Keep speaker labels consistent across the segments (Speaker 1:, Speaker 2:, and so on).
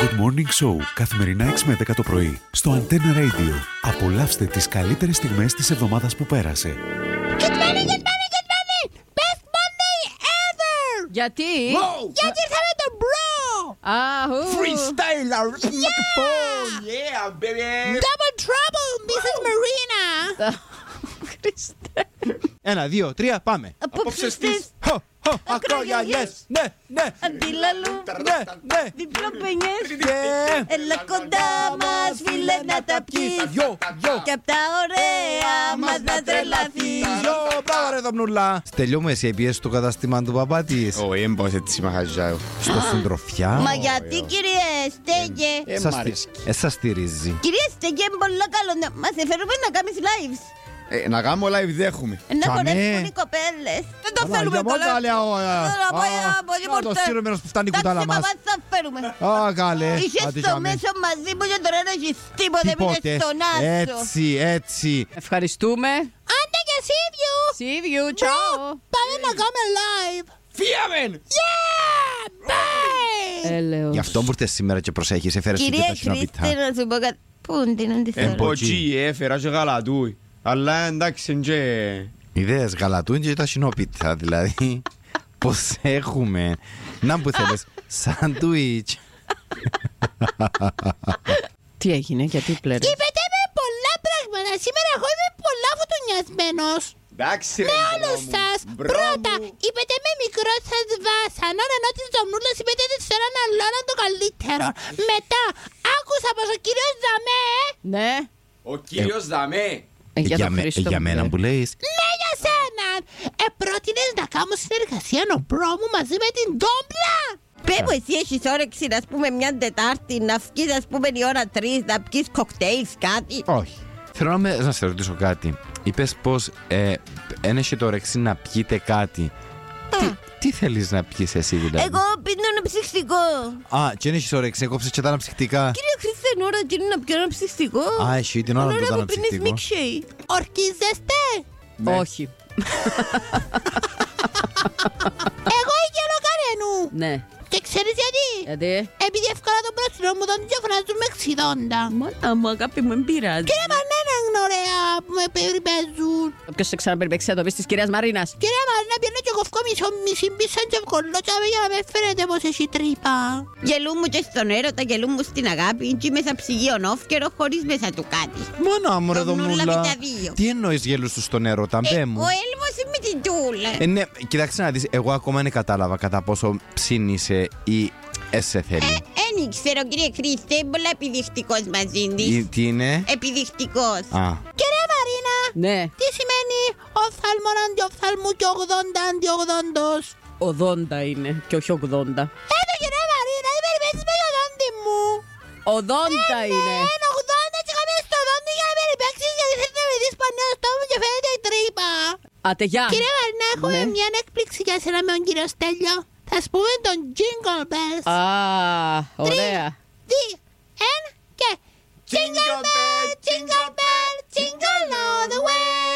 Speaker 1: Good Morning Show, καθημερινά 6 με 10 το πρωί, στο Antenna Radio. Απολαύστε τις καλύτερες στιγμές της εβδομάδας που πέρασε.
Speaker 2: Good morning, good morning, good morning! Best Monday ever!
Speaker 3: Γιατί.
Speaker 4: Wow!
Speaker 2: Γιατί ήρθαμε τον μπρο! Ah,
Speaker 3: Αχού.
Speaker 2: uh.
Speaker 4: Freestyler! Yeah! yeah, baby!
Speaker 2: Double trouble, Mrs. Marina!
Speaker 3: Χριστέ.
Speaker 4: Ένα, δύο, τρία, πάμε. Απόψε στις ακρογιαλιές. Ναι, ναι,
Speaker 3: Αντίλαλου.
Speaker 4: ναι, ναι.
Speaker 3: Δίπλα
Speaker 2: este.
Speaker 3: πενιές.
Speaker 4: Και
Speaker 3: Έλα κοντά μας φίλε να τα
Speaker 4: πιείς.
Speaker 3: πιείς.
Speaker 4: Γιο, γιο.
Speaker 3: Και απ' τα ωραία μας να τρελαθείς.
Speaker 4: Γιο, μπράβο ρε δομνούλα.
Speaker 5: Τελειώμε οι πιέσει του καταστήματο του παπάτη
Speaker 6: Όχι, δεν μπορείς έτσι μαχαζάω.
Speaker 5: στο συντροφιά.
Speaker 2: Μα γιατί κύριε Στέγε,
Speaker 5: Eh.
Speaker 6: Ε, μ' αρέσει.
Speaker 5: Εσά στηρίζει.
Speaker 2: κύριε Στέγε, είναι πολύ καλό να μας εφερούμε να κάνεις lives.
Speaker 6: Ε, Να κάνουμε live δέχομαι.
Speaker 2: Ε, Να
Speaker 5: Τσαμέ.
Speaker 2: χορέψουν οι κοπέλες.
Speaker 3: Δεν το θέλουμε
Speaker 5: Μόνο
Speaker 3: τώρα.
Speaker 5: λέω.
Speaker 2: Τώρα πάει ένα πολύ
Speaker 5: Το
Speaker 2: μορτέ.
Speaker 5: στήρωμενο που φτάνει η κουτάλα
Speaker 2: Εντάξει,
Speaker 5: μα.
Speaker 2: παπά, θα φέρουμε.
Speaker 5: Α, καλέ.
Speaker 2: Είχες
Speaker 5: Άντε,
Speaker 2: το
Speaker 5: τσαμέ.
Speaker 2: μέσο μαζί μου και τώρα δεν έχεις τίποτα, μείνες
Speaker 5: Τίποτε.
Speaker 2: στον άσο.
Speaker 5: Έτσι, έτσι.
Speaker 3: Ευχαριστούμε.
Speaker 2: Άντε και εσύ, Βιού.
Speaker 3: See you. Ciao.
Speaker 2: Πάμε να κάνουμε live.
Speaker 6: Ε,
Speaker 4: Φύγαμε.
Speaker 2: Yeah! Bye!
Speaker 3: Eh, Ε,
Speaker 5: Γι'
Speaker 3: Έλεος.
Speaker 5: αυτό που ήρθες σήμερα και προσέχεις, έφερες και
Speaker 2: Κυρία
Speaker 5: τα
Speaker 2: Κρίστη,
Speaker 5: κοινοβιτά.
Speaker 2: να σου πω κάτι. Πού είναι την
Speaker 6: Ε,
Speaker 2: αντιθέρω.
Speaker 6: ποτσί, έφερα και γαλατούι. Αλλά εντάξει, εν και...
Speaker 5: Ιδέε γαλατούν και τα σινόπιτα, δηλαδή. Πώς έχουμε. Να που θέλεις. Σαντουίτ.
Speaker 3: Τι έγινε, γιατί πλέρες.
Speaker 2: Είπετε με πολλά πράγματα. Σήμερα εγώ είμαι πολλά βουτουνιασμένος.
Speaker 6: Εντάξει, ρε.
Speaker 2: Με όλους σας. Πρώτα, είπετε με μικρό σας βάσανο, ενώ τις δομνούλες είπετε τις φέραν αλλώναν το καλύτερο. Μετά, άκουσα πως ο κύριος Δαμέ,
Speaker 3: Ναι.
Speaker 6: Ο κύριος Δαμέ.
Speaker 3: Ε, Για
Speaker 5: Για
Speaker 3: τον
Speaker 5: μέ-
Speaker 3: Χριστό.
Speaker 5: για
Speaker 3: μου,
Speaker 5: μένα
Speaker 3: ναι.
Speaker 5: που λέει.
Speaker 2: ναι για σένα, ε, πρότεινες να κάνω συνεργασία ο μπρο μου μαζί με την Ντόμπλα. Πέμπω εσύ έχεις όρεξη να πούμε μια Τετάρτη να βγεις ας πούμε η ώρα 3 να πιεις κοκτέιλ κάτι.
Speaker 5: Όχι. Θέλω να, με, να σε ρωτήσω κάτι. Είπες πως ε, δεν έχει το ρεξί να πιείτε κάτι. Τι, τι θέλεις να πιει εσύ, δηλαδή.
Speaker 2: Εγώ πίνω ένα ψυχτικό.
Speaker 5: Α, και δεν έχεις όρεξη, έκοψε και τα αναψυκτικά.
Speaker 2: Κύριε Χρήστε, είναι ώρα εκείνη να πιω ένα ψυχτικό.
Speaker 5: Α, εσύ την ώρα
Speaker 2: Την
Speaker 5: που το
Speaker 2: που πίνεις
Speaker 5: αναψυκτικό.
Speaker 2: milkshake. Ορκίζεστε.
Speaker 5: Ναι.
Speaker 3: Όχι.
Speaker 2: Εγώ γελώ καρένου.
Speaker 3: Ναι.
Speaker 2: Και ξέρεις γιατί.
Speaker 3: Γιατί.
Speaker 2: Επειδή εύκολα τον πρόστινο μου τον διαφράζουν με 60.
Speaker 3: Μάνα μου, αγάπη μου, μην πειράζει.
Speaker 2: Κύριε Μανένα είναι ωραία που με περιπέζουν.
Speaker 3: Όποιος σε ξαναπεριπέξει θα το πεις της κυρίας Μαρίνας.
Speaker 2: Κύριε Μανένα πιένω και κοφκό μισό μισή μπίσα και ευκολό τσάμε για να με φαίνεται πως έχει τρύπα. Γελούν μου και στον έρωτα, γελούν μου στην αγάπη και μέσα ψυγείων όφκερο χωρίς μέσα του κάτι.
Speaker 5: Μόνο μου, ρε
Speaker 2: Το μνούλα
Speaker 5: δομούλα.
Speaker 2: με τα δύο. Ε,
Speaker 5: Τι εννοείς γέλου τους στον έρωτα, μπε Ε, μου.
Speaker 2: έλμος είναι με την τούλα.
Speaker 5: Ε, ναι, κοιτάξτε να δεις, εγώ ακόμα δεν κατάλαβα κατά πόσο ψήνισε ή εσέ θέλει.
Speaker 2: Δεν ξέρω, κύριε Χρήστε, είναι πολύ επιδεικτικό μαζί τη.
Speaker 5: Ή τι είναι.
Speaker 2: Ε- Επιδεικτικός.
Speaker 5: Α,
Speaker 2: Κυρία Μαρίνα,
Speaker 3: Ναι.
Speaker 2: τι σημαίνει οφθαλμόν αντιοφθαλμού και 80 αντιογδόντο.
Speaker 3: 80 είναι και όχι 80.
Speaker 2: Εδώ, κυρία Μαρίνα, δεν περιπέζει με το δόντι μου.
Speaker 3: 80
Speaker 2: ναι.
Speaker 3: είναι.
Speaker 2: Είναι 80 και κάμε στο δόντι για να περιπέξει γιατί θέλει να με δεις πανέω στο μου και φαίνεται η τρύπα.
Speaker 3: Άτε γεια.
Speaker 2: Κυρία Μαρίνα, έχω
Speaker 3: Ναι.
Speaker 2: μια έκπληξη για σένα με τον κύριο Στέλιο. Θα σου πούμε τον Jingle Bells.
Speaker 3: Α, ωραία.
Speaker 2: Δύο, ένα και. Jingle bell, jingle bell, jingle all the way.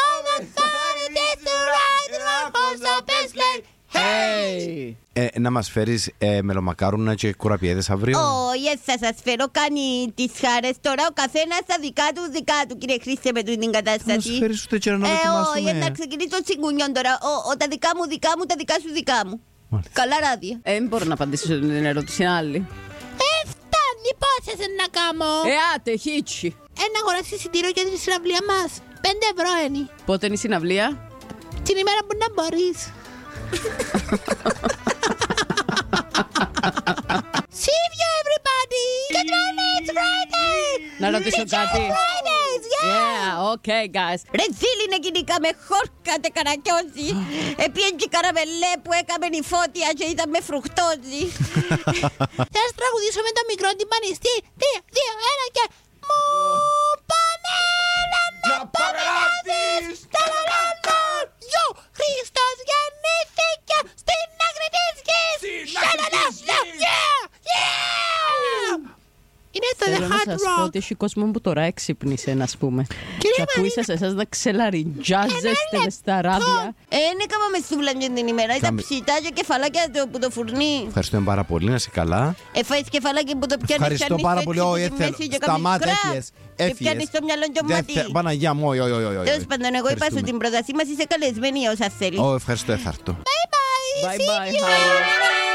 Speaker 2: All the fun it is to ride in one horse open sleigh. Hey!
Speaker 3: Hey.
Speaker 5: ε, να μας φέρεις ε, μελομακάρουνα και κουραπιέδες αύριο.
Speaker 2: Όχι, θα σας φέρω κάνει τις χάρες τώρα. Ο καθένας τα δικά του, δικά του, κύριε Χρήστε, με την
Speaker 5: Θα μας
Speaker 2: κατάσταση.
Speaker 5: φέρεις ούτε και να
Speaker 2: Ε,
Speaker 5: δοκιμάσουμε.
Speaker 2: όχι, να ξεκινήσω τσιγκουνιόν τώρα. Ο, ο, τα δικά μου, δικά μου, τα δικά σου, δικά μου.
Speaker 5: Μάλιστα.
Speaker 2: Καλά ράδια.
Speaker 3: Ε, δεν μπορώ να απαντήσω την ερώτηση είναι άλλη.
Speaker 2: Ε, φτάνει, πόσε να κάνω.
Speaker 3: Ε, άτε, χίτσι.
Speaker 2: Ένα αγοράσει εισιτήριο για τη συναυλία μας. 5 ευρώ είναι.
Speaker 3: Πότε είναι η συναυλία?
Speaker 2: Την ημέρα που να μπορείς. See you everybody! Good morning, it's Friday!
Speaker 3: Να ρωτήσω
Speaker 2: It's
Speaker 3: κάτι.
Speaker 2: all Fridays, yeah!
Speaker 3: Yeah, okay, guys.
Speaker 2: Ρε ζήλινε κοινικά με χόρκα τε καρακιόζι Επίεν και η καραμελέ που έκαμε η φώτια και ήταν με φρουκτόζι Θα σας τραγουδήσω με το μικρό την πανιστή Τρία, δύο, ένα και Μου πάνε να
Speaker 4: Να πάμε
Speaker 2: Παράδεισ, ταλαλαλαλαλ, Γιο Χριστός γεννήθηκε στην άκρη της γης
Speaker 4: Στην άκρη της
Speaker 2: Λαλαλαλα,
Speaker 4: γης.
Speaker 2: yeah, yeah. Είναι το
Speaker 3: Θέλω να
Speaker 2: Ε, hard
Speaker 3: σας πω
Speaker 2: rock.
Speaker 3: ότι έχει κόσμο που τώρα έξυπνησε, να πούμε. Και αφού είσαστε εσάς να ξελαριντζάζεστε
Speaker 2: ναι,
Speaker 3: μες στα ράβια.
Speaker 2: Ε, είναι κάμα με στούβλα μια την ημέρα. Ήταν
Speaker 5: Κάμε-
Speaker 2: ψητά και κεφαλάκια το, που το φουρνεί.
Speaker 5: Ευχαριστούμε πάρα πολύ, να είσαι καλά.
Speaker 2: Ε, φάεις κεφαλάκι που το πιάνεις
Speaker 4: Ευχαριστώ
Speaker 2: πιάνεις
Speaker 4: πάρα
Speaker 2: το
Speaker 4: πολύ.
Speaker 2: έτσι
Speaker 4: Ω,
Speaker 2: που τη
Speaker 4: έθελ.
Speaker 2: μέση και κάνεις
Speaker 4: Σταμάτα,
Speaker 2: κρακ.
Speaker 4: έφυγε.
Speaker 2: Και πιάνεις το μυαλό και το μάτι.
Speaker 4: Παναγία μου, όχι, όχι, όχι, όχι.
Speaker 2: Τέλος πάντων, εγώ είπα
Speaker 4: Ευχαριστούμε.
Speaker 2: στην πρότασή μας είσαι καλεσμένη όσα θέλεις.
Speaker 5: Ω, ευχαριστώ, έφαρτο.
Speaker 3: Bye bye, Howard.